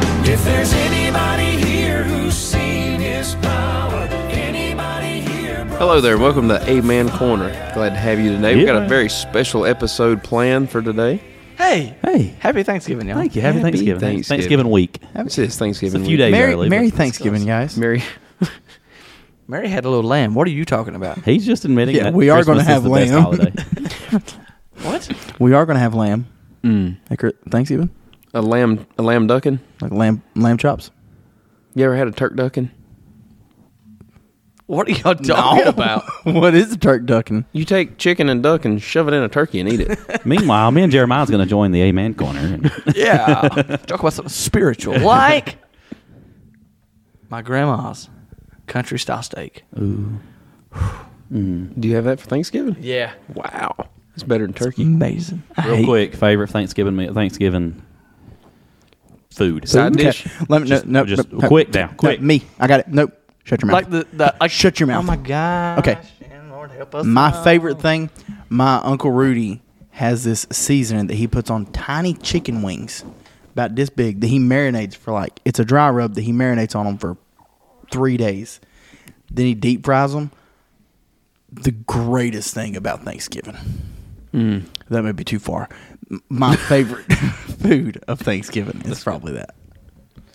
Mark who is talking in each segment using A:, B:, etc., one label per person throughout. A: there's anybody here who's seen his power, anybody here.
B: Hello there. Welcome to A Man Corner. Glad to have you today. We've got
C: Yeah.
B: a very special episode planned for today.
D: Hey,
C: Hey,
D: happy Thanksgiving, y'all.
C: thank you. Happy,
B: Happy
C: Thanksgiving.
B: Thanksgiving.
C: Thanksgiving. week.
B: This is Thanksgiving.
C: It's a few
B: week.
C: days.
D: Merry,
C: early,
D: Merry
C: but-
D: Thanksgiving, guys.
B: Merry.
D: Mary had a little lamb. What are you talking about?
C: He's just admitting
D: Yeah,
C: that
D: we are
C: Christmas is
D: gonna have
C: the best
D: lamb.
C: holiday.
D: What?
E: We are gonna have lamb
B: Mm.
E: at Chri- Thanksgiving,
B: A lamb. A lamb ducking.
E: like lamb lamb chops.
B: You ever had a turk ducking?
D: What are y'all talking about?
E: what is a turk ducking?
B: You take chicken and duck and shove it in a turkey and eat it.
C: Meanwhile, me and Jeremiah's going to join the Amen Corner. And
D: Yeah. Talk about something spiritual. Like my grandma's country style steak.
B: Do you have that for Thanksgiving?
D: Yeah.
B: Wow, it's better than turkey.
E: Amazing. I
C: real
E: hate-
C: quick, favorite Thanksgiving meal, Thanksgiving food.
B: Side
E: Okay,
B: dish.
E: Let me
C: Just-
E: no, no,
C: just
E: no,
C: quick now,
E: no,
C: quick.
E: me, I got it. Nope. Shut your mouth.
D: Like the, the like,
E: Shut your mouth.
D: Oh my god.
E: Okay.
D: Lord help us.
E: My favorite thing, my uncle Rudy has this seasoning that he puts on tiny chicken wings, about this big, that he marinates for like it's a dry rub that he marinates on them for three days. Then he deep fries them. The greatest thing about Thanksgiving.
D: Mm.
E: That may be too far. M- My favorite food of Thanksgiving is probably that.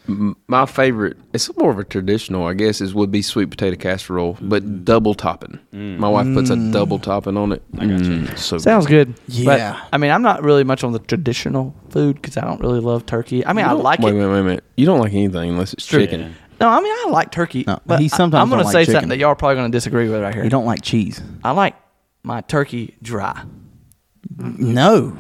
B: My favorite. It's more of a traditional, I guess, is would be sweet potato casserole, but double topping. My wife puts a double topping on it. I got you. so
D: Sounds good.
E: Yeah.
D: But, I mean, I'm not really much on the traditional food because I don't really love turkey. I mean, I
B: You don't-
D: like
B: wait,
D: it.
B: Wait, wait, wait. You don't like anything unless it's chicken.
D: No, I mean, I like turkey.
E: No,
D: but
E: he
D: I-
E: sometimes
D: I'm going to
E: don't
D: say
E: like
D: something
E: chicken.
D: that y'all are probably going to disagree with right here.
E: You don't like cheese?
D: I like my turkey dry.
E: No.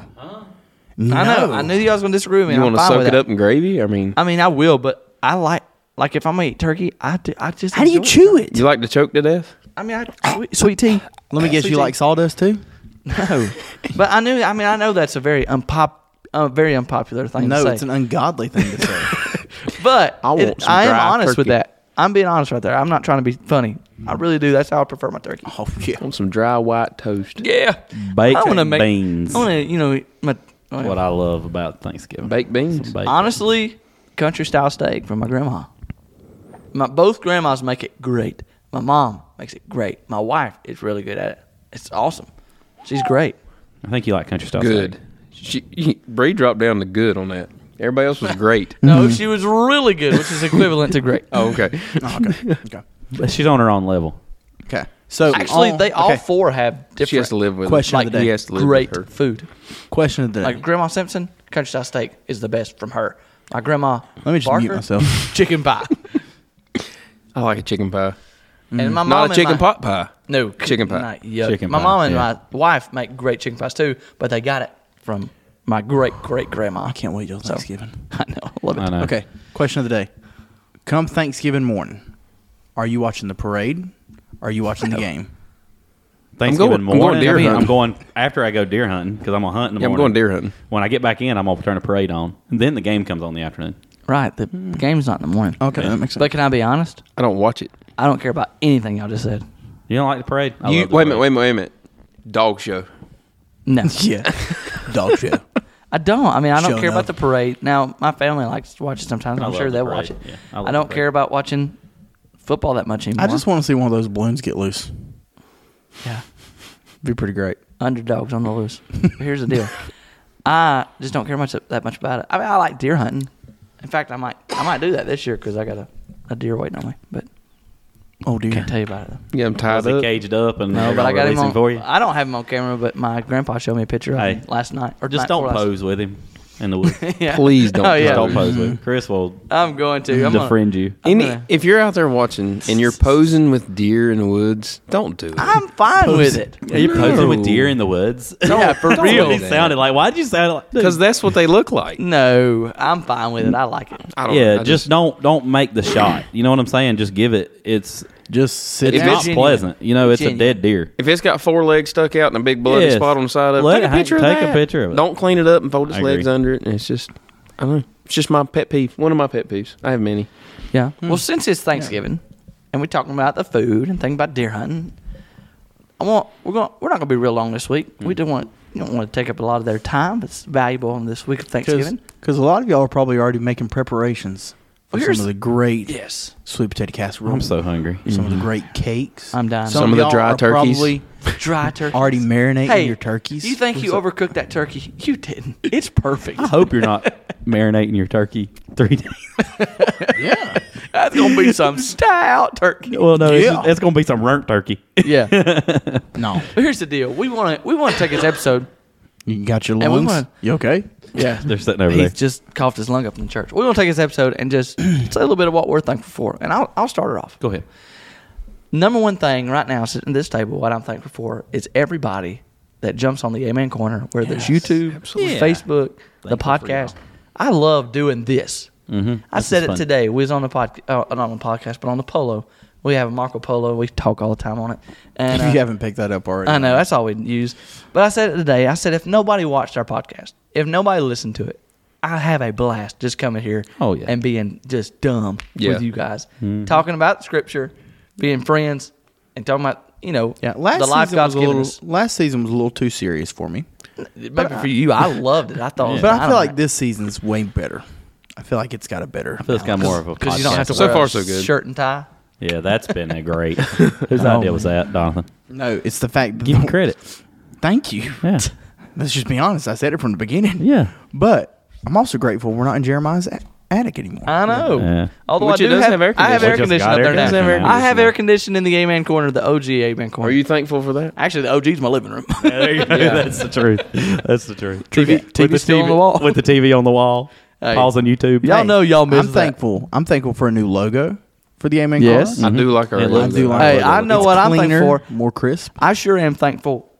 E: No.
D: I know. I knew y'all was gonna disagree with me.
B: You
D: want to
B: soak it up in gravy? I mean,
D: I mean, I will, but I like like if I'm gonna eat turkey, I do, I just
E: How do you
D: enjoy
E: chew it?
B: you like to choke to death?
D: I mean, I, sweet, sweet tea.
E: Let me guess.
D: Sweet
E: You
D: tea.
E: like sawdust too? No.
D: But I knew. I mean, I know that's a very unpop, uh, very unpopular thing to
E: No,
D: say.
E: it's an ungodly thing to say.
D: but
B: I
D: I,
B: want some
D: I am
B: dry
D: honest with
B: turkey.
D: that. I'm being honest right there. I'm not trying to be funny. I really do. That's how I prefer my turkey.
E: oh yeah.
B: Want some dry white toast.
D: Yeah,
C: Baked
D: I wanna make-
C: beans.
D: I want to, you know, my, oh,
C: what I love about Thanksgiving.
B: Baked beans?
C: Some baked-
D: honestly, country style steak from my grandma. My both grandmas make it great. My mom makes it great. My wife is really good at it. It's awesome. She's great.
C: I think you like country style.
B: Good.
C: steak.
B: She, Bree dropped down to good on that. Everybody else was great.
D: No, she was really good, which is equivalent to great.
B: Oh, okay.
E: okay. Okay.
C: But she's on her own level.
E: Okay. So
D: Actually,
E: on-
D: they all
E: okay,
D: four have different
B: She has to live with
E: Question
B: it.
E: of the day.
B: He has to live
D: great
B: with her.
D: food.
E: question of the day.
D: Like Grandma Simpson, country style steak is the best from her. My grandma.
E: Let me just
D: Barker,
E: mute myself.
D: Chicken pie.
B: I like a chicken pie.
E: Mm.
D: and my mom
B: Not
D: and
B: a chicken
D: my-
B: pot pie.
D: No
B: Chicken pie.
D: not yuck.
C: Chicken
D: my
C: pie,
D: mom and
C: yeah.
D: my wife make great chicken pies too, but they got it from my great great grandma.
E: I can't wait till
D: So-
E: Thanksgiving.
D: I know. I love it.
C: I know.
E: Okay. Question of the day. Come Thanksgiving morning, are you watching the parade? Are you watching the game?
C: Thanksgiving
B: going- I'm going
C: morning.
B: deer
C: I mean,
B: hunting.
C: I'm going after I go deer hunting because I'm gonna hunt in the
B: Yeah, I'm
C: morning.
B: going deer hunting.
C: When I get back in, I'm gonna turn a parade on, and then the game comes on in the afternoon.
D: Right. The game's not in the morning.
E: Hmm. Okay, that makes sense.
D: But can I be honest?
B: I don't watch it.
D: I don't care about anything y'all just said.
C: You don't like the parade? I
B: You,
C: love the
B: wait a
C: parade.
B: minute, wait a minute, wait a minute. Dog show.
D: No,
E: yeah. Dog show.
D: I don't. I mean, I don't
E: Showing
D: care about
E: up.
D: the parade. Now, my family likes to watch it sometimes.
C: I
D: I'm
C: love
D: sure
C: the
D: they'll watch it.
C: parade. Yeah, I love
D: I,
C: the
D: don't
C: parade.
D: care about watching football that much anymore.
E: I just want to see one of those balloons get loose.
D: yeah.
E: Be pretty great.
D: underdogs on the loose. Here's the deal. I just don't care much that much about it. I mean, I like deer hunting. In fact, I might I might do that this year because I got a, a deer waiting on me. But
E: Oh dear.
D: can't tell you about it. Though.
B: Yeah, I'm
C: Was
B: tied
C: it
B: up.
C: caged up and
D: No,
C: they're
D: but I
C: gonna
D: got
C: release
D: him on.
C: for you?
D: I don't have him on camera, but my grandpa showed me a picture of
C: Hey.
D: him last night or
C: Just
D: night
C: don't
D: before last.
C: pose with him in the woods. Just
D: Yeah.
B: Please don't
D: Oh yeah.
C: don't
B: pose.
C: pose with him. Chris will
D: I'm going to. I'm gonna-
C: defriend you.
D: I'm
B: Any,
D: gonna-
B: if you're out there watching and you're posing with deer in the woods, don't do it.
D: I'm fine with it.
C: Are you posing with
B: No.
C: deer in the woods?
D: yeah, for
B: don't
D: real.
C: He sounded like. Why'd you sound like?
B: Because that's what they look like.
D: No, I'm fine with it. I like it.
B: I don't
C: yeah,
B: I
C: just, don't don't make the shot. You know what I'm saying? Just give it. It's
E: Just sit.
C: it's
D: down.
C: not
D: Virginia.
C: pleasant. You know, it's a
D: Virginia.
C: dead deer.
B: If it's got four legs stuck out and a big bloody
C: Yes.
B: spot on the side of it,
C: Let
B: take
C: it
B: a
C: hang-
B: picture of
C: take a
B: that.
C: picture of it.
B: Don't clean it up and fold its
C: I
B: legs
C: agree.
B: under it. And it's just, I don't know. It's just my pet peeve. One of my pet peeves. I have many.
D: Hmm. Yeah. Well, since it's Thanksgiving, and we're talking about the food and thinking about deer hunting, I want we're going we're not going to be real long this week. We don't want you don't want to take up a lot of their time. It's valuable on this week of Thanksgiving.
E: Because a lot of y'all are probably already making preparations
D: Well,
E: some
D: here's
E: of the great
D: yes.
E: sweet potato casserole.
C: I'm so hungry.
E: some of the great cakes.
D: I'm dying.
B: Some of the
E: y'all
B: dry
E: are
B: turkeys.
E: Probably
D: Dry turkey.
E: already marinating
D: Hey,
E: your turkeys.
D: You think you overcooked that turkey? You didn't. It's perfect.
C: I hope you're not marinating your turkey three days.
E: yeah.
D: That's gonna be some stout turkey.
C: Well, no, it's,
E: Yeah.
C: just- it's gonna be some runt turkey.
D: Yeah.
E: No.
D: Here's the deal. We want to. We want to take this episode.
E: You got your
D: And we
E: lungs.
D: wanna-
E: you okay?
D: Yeah.
C: They're sitting over there.
D: He's just coughed his lung up in the church. We're gonna take this episode and just say a little bit of what we're thankful for, and I'll I'll start it off.
C: Go ahead.
D: Number one thing right now sitting at this table, what I'm thankful for is everybody that jumps on the Amen Corner, whether it's YouTube,
C: absolutely.
D: Facebook, the
C: Thankful for Mm-hmm.
D: podcast. I love doing this. I
C: This
D: said
C: is
D: it
C: fun.
D: today. We was on the pod, uh, not on the podcast, but on the polo. We have a Marco Polo. We talk all the time on it. And
E: If
D: uh,
E: you haven't picked that up already.
D: I know that's all we use. But I said it today. I said if nobody watched our podcast, if nobody listened to it, I have a blast just coming here.
C: Oh, yeah.
D: and being just dumb
B: Yeah.
D: with you guys, talking about scripture, being friends, and talking about you know
E: Yeah, last
D: the life
E: season was
D: God's
E: a
D: given
E: little,
D: us.
E: last season was a little too serious for me.
D: Maybe for you, I loved it. I thought, it was-
E: But I
D: don't
E: feel
D: know.
E: like this season's way better. I feel like it's got a better. I
C: Feels kind of more of a
D: because you don't have to
C: podcast.
B: So
D: wear
B: far,
D: a
B: so good.
D: shirt and tie.
C: Yeah, that's been a great. Whose idea was that, Donovan?
E: No, it's the fact.
C: Give him credit.
E: Thank you.
C: Yeah,
E: Let's just be honest. I said it from the beginning.
C: yeah.
E: But I'm also grateful we're not in Jeremiah's a- attic anymore.
D: I know.
C: Yeah.
D: Although
B: Which
D: I
B: it
D: do
B: does
D: have,
B: have air
D: I have
B: conditioning.
C: It
D: air
C: just
D: conditioning
C: got
D: up
C: air
D: there now.
C: conditioning now.
D: I have air conditioning in the A man corner, the OG A man corner.
B: Are you thankful for that?
D: Actually, the OG's my living room.
C: There you go. That's the truth. That's the truth.
D: TV
C: With the
D: still on the wall.
C: With the TV on the wall.
D: Hey.
C: Pause on YouTube.
D: Y'all know y'all miss
E: I'm thankful. I'm thankful for a new logo for the Amen.
D: Yes.
C: Mm-hmm.
E: Cause.
B: I do like our.
C: Yeah, I
E: I
B: logo.
E: do like
D: Hey,
E: our logo.
D: I know what I'm
E: cleaner,
D: thankful for.
E: More crisp.
D: I sure am thankful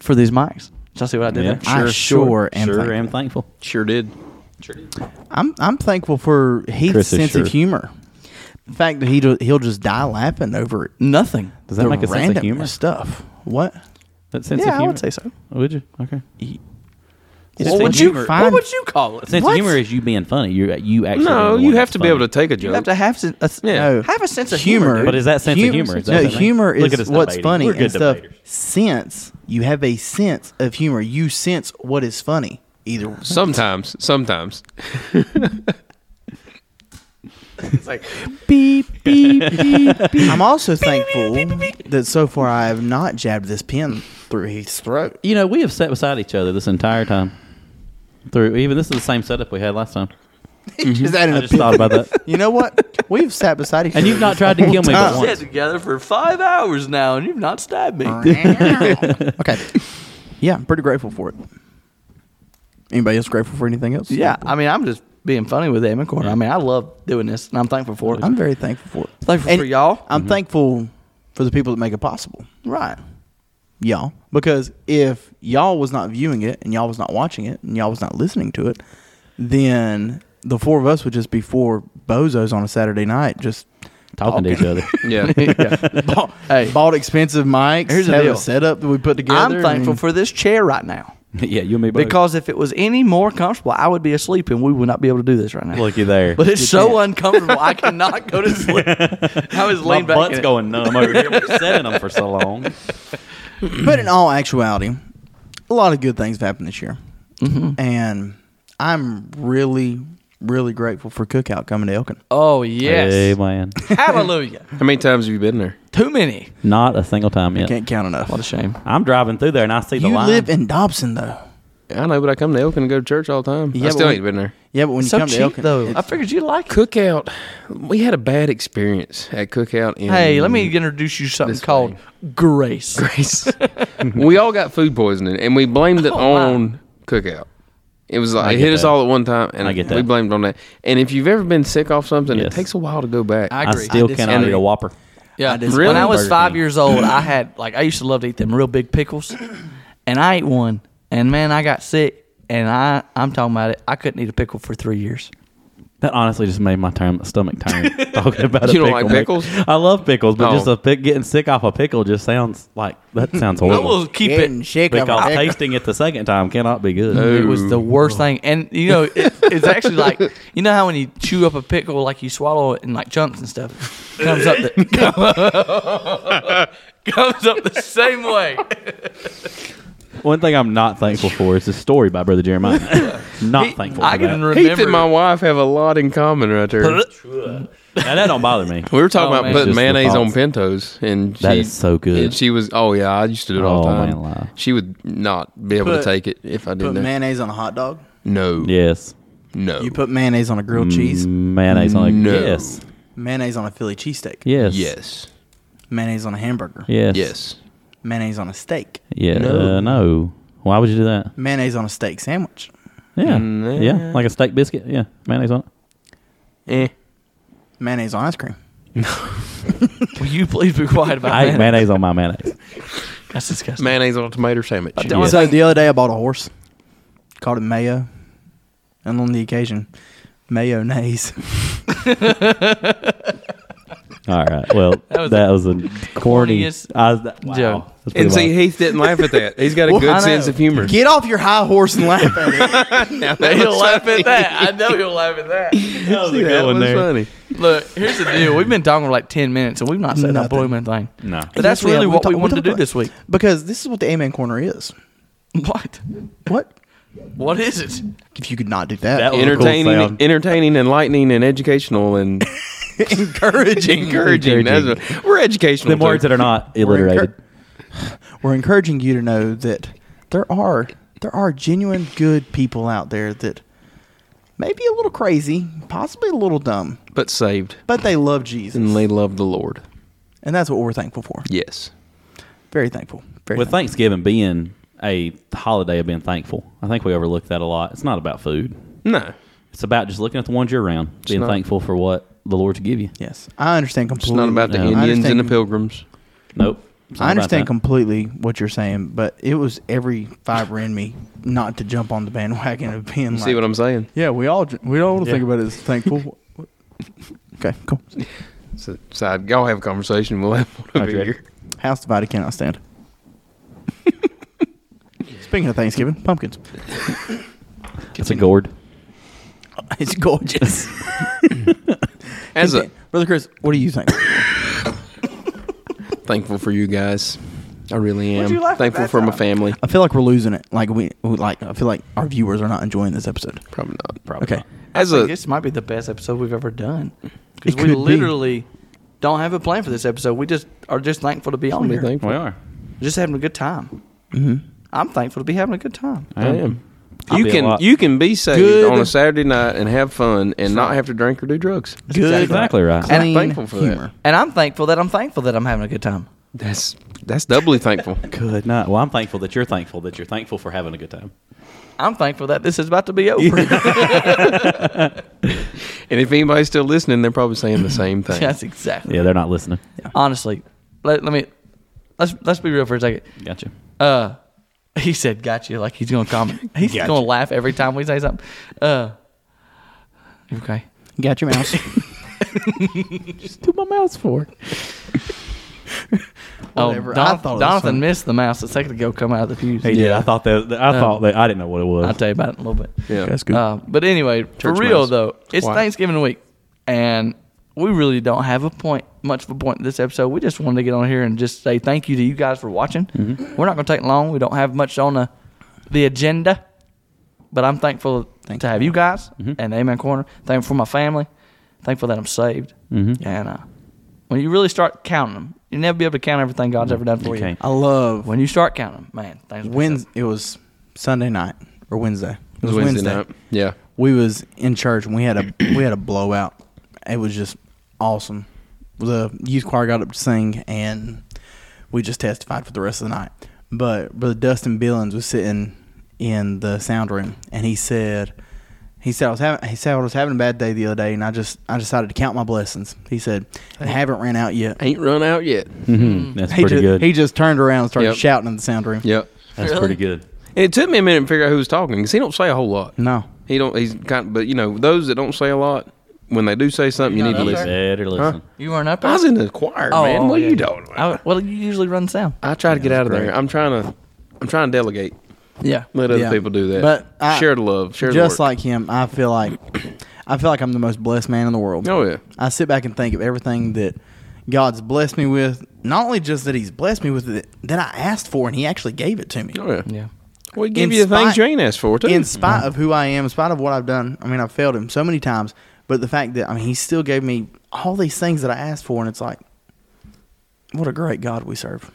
D: for these mics. Y'all see what I did
C: Yeah.
D: there?
E: I sure am
C: Sure
E: thankful.
C: am thankful.
B: Sure did.
E: I'm I'm thankful for Heath's
C: Chris is
E: sense
C: sure.
E: of humor. The fact that he do- he'll just die laughing over it.
D: Nothing.
C: Does that
E: the
C: make a sense of
E: random
C: humor?
E: stuff. What?
C: That sense
D: yeah,
C: of
D: I
C: humor?
D: would say so.
C: Would you? Okay.
D: What would you?
E: humor.
D: What would you call it?
C: Sense
E: What?
C: of humor is you being funny. You you actually.
B: No,
C: being the
B: you have
C: one that's
B: to be
C: funny.
B: able to take a
D: You
B: joke.
D: have to have sen- a, s-
B: Yeah.
E: No.
D: have a sense of humor. dude.
C: But is that sense of humor? Is that
E: no,
C: what that means?
E: humor
C: Look at
E: is
C: us
E: what's
C: debating.
E: funny
C: We're good
E: and stuff.
C: debaters.
E: Sense you have a sense of humor. You sense what is funny. Either
B: Sometimes, sometimes.
E: beep beep beep. beep. I'm also thankful that so far I have not jabbed this pen through Heath's throat.
C: You know, we have sat beside each other this entire time. Through even this is the same setup we had last time.
E: Is that an
C: Mm-hmm. I just thought about that.
E: You know what? We've sat beside each other.
C: And you've not tried to kill me but
E: time.
D: We've sat
C: once.
D: together for five hours now, and you've not stabbed me.
E: okay. Yeah, I'm pretty grateful for it. Anybody else grateful for anything else?
D: yeah, I mean, I'm just being funny with Amen Corner. I mean, I love doing this, and I'm thankful for it.
E: I'm very thankful for it.
D: Thankful
E: And
D: for y'all.
E: I'm thankful for the people that make it possible,
D: right.
E: y'all. Because if y'all was not viewing it and y'all was not watching it and y'all was not listening to it, then the four of us would just be four bozos on a Saturday night, just
C: Talking to each other.
B: Yeah.
E: bought,
D: Hey.
E: bought expensive mics,
D: Here's the
E: had
D: deal.
E: a setup that we put together.
D: I'm thankful
E: and-
D: for this chair right now
C: yeah, you and me both.
D: because if it was any more comfortable, I would be asleep, and we would not be able to do this right now.
C: looky there.
D: But it's so uncomfortable. I cannot go to sleep. I was
C: My
D: laying back.
C: butt's
D: in it.
C: going numb over here. We're setting them for so long.
E: But in all actuality, a lot of good things have happened this year,
D: Mm-hmm.
E: and I'm really, really grateful for Cookout coming to Elkin.
D: Oh yes.
C: Hey, man.
D: Hallelujah.
B: How many times have you been there?
D: Too many.
C: Not a single time yet.
E: Can't count enough.
D: What a shame.
C: I'm driving through there and I see the
E: You
C: line.
E: live in Dobson though.
B: I know, but I come to Elkin and go to church all the time. I
E: Yeah, but
B: still
E: we-
B: ain't been there.
E: Yeah, but when
D: so
E: you come
D: cheap
E: to Elkin,
D: though.
E: it's-
D: I figured you'd like it.
B: Cookout. We had a bad experience at Cookout. In
D: Hey, let me introduce you to something
B: This way.
D: called grace.
B: Grace. we all got food poisoning, and we blamed it
D: Oh, wow.
B: on Cookout. It was
C: I
B: like it
C: get
B: hit us
C: that.
B: all at one time, and
C: I get
B: we
C: that.
B: blamed it on that. And if you've ever been sick off something,
C: Yes.
B: it takes a while to go back.
D: I
C: I
D: agree.
C: still
E: I
C: cannot
E: disagree.
C: eat a Whopper.
D: yeah,
E: disagree.
D: when I was
C: Burger
D: five
C: King.
D: years old, I had like I used to love to eat them real big pickles, and I ate one, and man, I got sick, and I I'm talking about it. I couldn't eat a pickle for three years.
C: That honestly just made my term, stomach turn talking about a
B: You don't
C: pickle
B: like
C: maker.
B: pickles?
C: I love pickles, but
B: Oh.
C: just a pick, getting sick off a pickle just sounds like that sounds
D: I
C: horrible.
D: will keep
E: Getting
D: it.
E: shake up
C: because
E: a-
C: tasting it the second time cannot be good.
D: It was the worst thing, and you know it, it's actually like you know how when you chew up a pickle, like you swallow it in like chunks and stuff, comes up the comes up the same way.
C: One thing I'm not thankful for is the story by Brother Jeremiah. Not thankful. For
D: I can
C: that.
D: remember.
B: Heath and my wife have a lot in common right there.
C: Now, that don't bother me.
B: We were talking
D: Oh,
B: about
D: man.
B: putting
C: Just the
B: mayonnaise on
C: thoughts.
B: pintos, and
C: That
B: she,
C: is so good.
B: And she was, oh yeah, I used to do it all the
C: Oh,
B: time.
C: man, lie.
B: She would not be able
E: Put-
B: to take it if I
E: Put
B: didn't. Know.
E: mayonnaise on a hot dog.
B: No,
C: Yes.
B: no.
E: You put mayonnaise on a grilled
D: Mm.
E: cheese.
C: Mayonnaise on a
B: No.
C: yes.
E: Mayonnaise on a Philly cheesesteak.
C: Yes.
B: yes,
E: Mayonnaise on a hamburger.
C: Yes.
B: yes.
E: Mayonnaise on a steak.
C: Yeah.
B: No.
C: No. Uh, no. Why would you do that?
E: Mayonnaise on a steak sandwich.
C: Yeah.
B: Nah.
C: Yeah. Like a steak biscuit. Yeah. Mayonnaise on it.
B: Eh.
E: Mayonnaise on ice cream.
D: Will you please be quiet about
C: I
D: that?
C: ate mayonnaise on my mayonnaise.
D: That's disgusting.
B: Mayonnaise on a tomato sandwich.
D: I don't- Yeah.
E: So the other day I bought a horse, called it Mayo, and on the occasion, mayonnaise.
C: All right. Well, that
D: was
C: was, a corny.
D: corniest
C: I, that, wow.
D: joke.
C: That's pretty
B: And see,
C: wild.
B: Heath didn't laugh at that. He's got a
E: Well, I know.
B: good sense of humor.
E: Get off your high horse and laugh at it.
D: He'll laugh at that. I know he'll laugh at that.
C: that was a
B: That
C: good one
B: was
C: there.
B: funny.
D: Look, here's the deal. We've been talking for like 10 minutes and we've not said a
E: Nothing.
D: blooming thing.
C: No.
D: But
E: Yes,
D: that's
E: have.
D: really what
E: talk-
D: we wanted to
E: talk
D: do
E: about-
D: this week.
E: because this is what the A Man Corner is.
D: What?
E: What?
D: What is it?
E: If you could not do that,
C: That was- cool
B: Entertaining,
C: sound.
B: entertaining, enlightening, and educational, and
E: encouraging.
B: encouraging. That's what- we're educational.
C: Them words
B: too.
C: that are not
E: We're,
C: alliterated.
E: encour- we're encouraging you to know that there are there are genuine good people out there that may be a little crazy, possibly a little dumb,
B: but saved,
E: but they love Jesus,
B: and they love the Lord.
E: and that's what we're thankful for.
B: Yes.
E: Very thankful. Very
C: With
E: thankful.
C: Thanksgiving being a holiday of being thankful, I think we overlook that a lot. It's not about food.
B: No.
C: It's about just looking at the ones you're around, being
B: not-
C: thankful for what the Lord's give you.
E: yes, I understand
B: It's
E: completely.
B: not about the
E: I
B: Indians and
E: understand-
B: the Pilgrims.
C: Nope. It's not
E: I
C: about
E: understand
C: that.
E: completely what you're saying, but it was every fiber in me not to jump on the bandwagon of being
B: You
E: like,
B: see what I'm saying?
E: yeah, we all we all want to think about it as thankful. okay, cool.
B: So, so y'all have a conversation. We'll have one over
C: Okay.
B: here.
E: House divided cannot stand. Speaking of Thanksgiving, pumpkins.
C: It's a gourd.
E: It's gorgeous.
B: As a
E: Brother Chris, what do you think?
B: thankful for you guys, I really am
D: you laugh at
B: thankful
D: that
B: for my
D: time?
B: family.
E: I feel like we're losing it. Like we, we- like I feel like our viewers are not enjoying this episode.
B: Probably not. Probably.
E: Okay.
B: As
D: I
B: a
D: think this might be the best episode we've ever done because
E: It could
D: we
E: be.
D: literally don't have a plan for this episode. We just are just thankful to be on
B: be
D: here.
B: thankful.
C: We are.
D: Just having a good time. Mm-hmm. I'm thankful to be having a good time.
B: I am.
C: I'll
B: you
C: be a
B: can
C: lot-
B: you can be saved
E: Good.
B: on a Saturday night and have fun and not have to drink or do drugs.
E: Good,
C: exactly right.
E: clean
D: And I'm
B: thankful for that.
E: humor.
D: And I'm thankful that I'm thankful that I'm having a good time.
B: That's that's doubly thankful.
C: Good night. Well, I'm thankful that you're thankful that you're thankful for having a good time.
D: I'm thankful that this is about to be over.
B: And if anybody's still listening, they're probably saying the same thing.
D: That's exactly.
C: Yeah, they're not listening.
D: Honestly, let, let me let's let's be real for a second.
C: Gotcha.
D: Uh, he said, "Got you." Like he's gonna comment. He's
E: Gotcha.
D: gonna laugh every time we say something. Uh, okay.
E: Got your mouse.
C: Do my mouth for.
E: Whatever. I
D: Oh, Don-
E: thought it was
D: Donathan
E: funny.
D: missed the mouse a second ago. Come out of the pews.
C: He did. I thought that. that- I thought that. I didn't know what it was.
D: I'll tell you about it in a little bit.
B: Yeah.
E: That's good.
D: Uh, but anyway, for
B: Church
D: real
B: mouse.
D: though, it's
B: Why?
D: Thanksgiving week, and we really don't have a point, much of a point in this episode. We just wanted to get on here and just say thank you to you guys for watching.
B: Mm-hmm.
D: We're not going to take long. We don't have much on the the agenda, but I'm thankful
E: Thank
D: to
E: you.
D: have you guys
B: Mm-hmm.
D: and Amen Corner. Thankful for my family. Thankful that I'm saved.
B: Mm-hmm.
D: And uh, when you really start counting them, you'll never be able to count everything God's
B: Mm-hmm.
D: ever done for you.
C: can't.
E: I love
D: When you start counting them, man, things will be
E: Wednesday. It was Sunday night or Wednesday. It
B: It
E: was Wednesday.
B: night. Yeah.
E: We was in church and we had a we had a blowout. It was just awesome. The youth choir got up to sing and we just testified for the rest of the night. But brother Dustin Billings was sitting in the sound room and he said he said I was having he said I was having a bad day the other day and I just I decided to count my blessings. He said I haven't ran out yet.
B: Ain't run out yet.
C: Mhm. That's
E: He
C: pretty
E: just,
C: good.
E: he just turned around and started
B: Yep.
E: shouting in the sound room.
B: Yep.
C: That's
D: Really?
C: pretty good.
B: And it took me a minute to figure out who was talking because he don't say a whole lot.
E: No.
B: He don't. He's kind. Of, but you know, those that don't say a lot, when they do say something, you need to
D: not up
B: listen.
D: there?
C: Better listen.
D: You weren't up there? Oh,
B: I was in the choir,
E: Oh,
B: man. What
D: yeah,
B: are you
D: yeah.
B: doing? I,
D: I, well, you usually run sound.
B: try to get out of
E: great.
B: there. I'm trying to. I'm trying to delegate.
D: Yeah.
B: Let other
E: Yeah.
B: people do that.
E: But I-
B: share the love. Share
E: just
B: the work.
E: like him, I feel like I feel like I'm the most blessed man in the world.
B: Oh, yeah.
E: I sit back and think of everything that God's blessed me with. Not only just that He's blessed me with it, that I asked for and He actually gave it to me.
B: Oh yeah.
D: Yeah.
B: We give
E: in
B: you the things
E: spite-
B: you ain't asked for, too.
E: in spite of who I am, in spite of what I've done, I mean, I've failed him so many times, but the fact that, I mean, he still gave me all these things that I asked for, and it's like, what a great God we serve.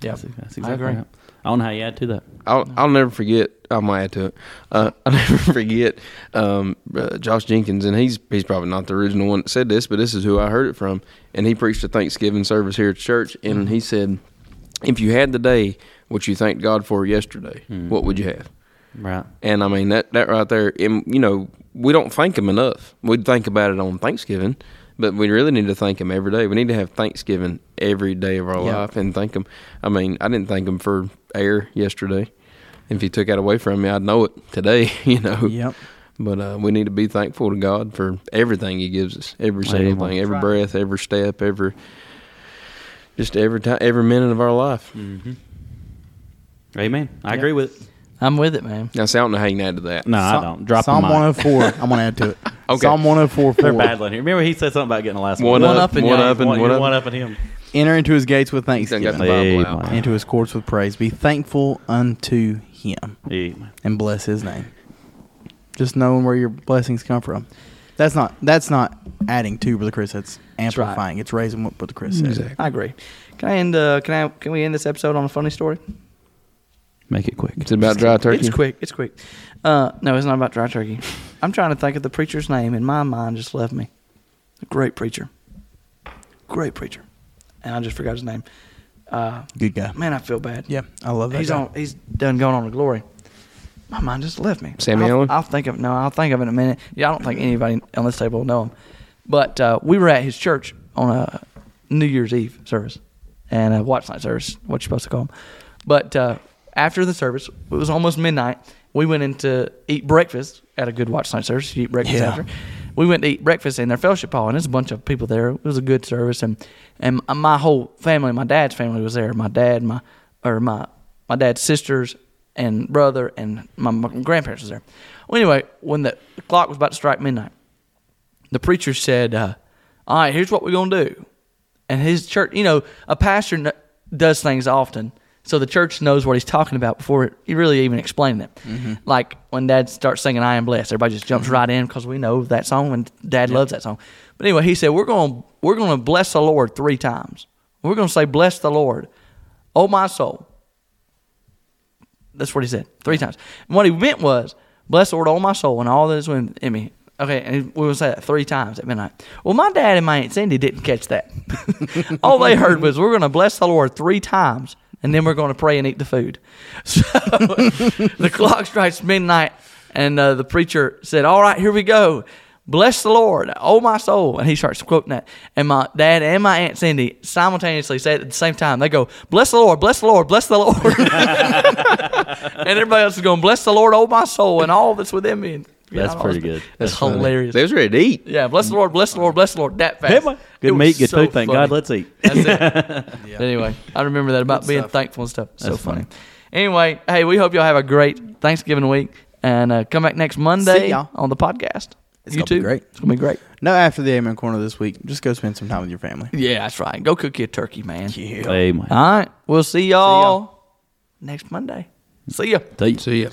D: Yeah,
C: That's, that's exactly
D: agree.
C: right. I don't know how you add to that.
B: I'll I'll never forget. I might add to it. Uh, I'll never forget um, uh, Josh Jenkins, and he's he's probably not the original one that said this, but this is who I heard it from. And he preached a Thanksgiving service here at church,
E: Mm-hmm.
B: and he said, "If you had the day what you thanked God for yesterday, what would you have?"
C: Right.
B: And I mean that that right there. And you know, we don't thank him enough. We think about it on Thanksgiving, but we really need to thank him every day. We need to have Thanksgiving every day of our
D: Yeah.
B: life and thank him. I mean, I didn't thank him for air yesterday. If he took that away from me, I'd know it today. You know.
E: Yep.
B: But uh, we need to be thankful to God for everything He gives us, every single
C: Amen.
B: thing, every breath, every step, every just every time, every minute of our life.
C: Amen. I agree with it.
D: I'm with it, man.
B: Now, see, I don't know how you can add to that.
C: No, I
E: Psalm-
C: don't. Drop
E: Psalm
C: the mic.
E: 104. I'm going to add to it.
B: Okay.
E: Psalm 104.
C: They're
E: 4.
C: battling here. Remember he said something about getting the last
B: One,
C: one.
B: up,
D: and
B: one
D: y'all-
B: up, and one, up.
C: one up at him.
E: Enter into his gates with
B: Done got the
E: thanksgiving,
B: Bible
C: Amen.
B: out.
E: into his courts with praise. Be thankful unto him
C: Amen.
E: and bless his name. Just knowing where your blessings come from. That's not that's not adding to Brother Chris. That's
D: right.
E: amplifying. It's raising what Brother Chris said.
B: Exactly.
D: I agree. Can I end? Uh, can I? Can we end this episode on a funny story?
C: Make it quick.
B: It's about dry turkey.
D: It's quick. It's quick. Uh, no, it's not about dry turkey. I'm trying to think of the preacher's name, and my mind just left me. A great preacher. Great preacher. And I just forgot his name. Uh,
E: Good guy.
D: man, I feel bad.
E: Yeah, I love that.
D: He's
E: guy.
D: on. He's done going on to glory. My mind just left me.
B: Sammy
D: I'll,
B: Allen?
D: I'll think of no. I'll think of it in a minute. Yeah, I don't think anybody on this table will know him. But uh, we were at his church on a New Year's Eve service and a watch night service. What you supposed to call them? But uh, after the service, it was almost midnight. We went in to eat breakfast at a good watch night service. You eat breakfast
E: Yeah.
D: after. We went to eat breakfast in their fellowship hall, and there's a bunch of people there. It was a good service, and and my whole family, my dad's family was there. My dad, my or my my dad's sisters and brother and my, my grandparents was there. Well, anyway, when the clock was about to strike midnight, the preacher said, uh, "All right, here's what we're gonna do." And his church, you know, a pastor kn- does things often, so the church knows what he's talking about before he really even explained it. Like when Dad starts singing "I Am Blessed," everybody just jumps right in because we know that song and Dad loves that song. But anyway, he said, "We're gonna we're gonna bless the Lord three times. We're gonna say, bless the Lord, oh my soul.'" That's what he said three times. And what he meant was, "Bless the Lord, all my soul, and all that is within me." Okay, and we would say that three times at midnight. Well, my dad and my aunt Cindy didn't catch that. all they heard was, "We're going to bless the Lord three times, and then we're going to pray and eat the food." So the clock strikes midnight, and uh, the preacher said, "All right, here we go." Bless the Lord, oh my soul. And he starts quoting that. And my dad and my Aunt Cindy simultaneously say it at the same time. They go, Bless the Lord, bless the Lord, bless the Lord. and everybody else is going, "Bless the Lord, oh my soul, and all that's within me." And, you
C: That's
D: know,
C: pretty
D: it's-
C: good.
D: That's, hilarious.
B: They was ready to eat.
D: Yeah, bless the Lord, bless the Lord, bless the Lord. That fast. It
C: Good
D: was
C: meat, good
D: so
C: food. Thank
D: funny.
C: God. Let's eat.
D: That's it. Anyway, I remember that about being
E: stuff.
D: thankful and stuff. So
C: That's
D: funny.
C: funny.
D: Anyway, hey, we hope y'all have a great Thanksgiving week, and uh, come back next Monday
E: y'all.
D: on the podcast.
E: It's
D: you
E: gonna be
D: too.
E: great.
D: It's gonna be great.
E: No, after the Amen Corner this week, just go spend some time with your family.
D: Yeah, that's right. Go cook you a turkey, man.
C: Amen.
D: All right, we'll see y'all next Monday. See ya.
C: Eat.
B: See ya.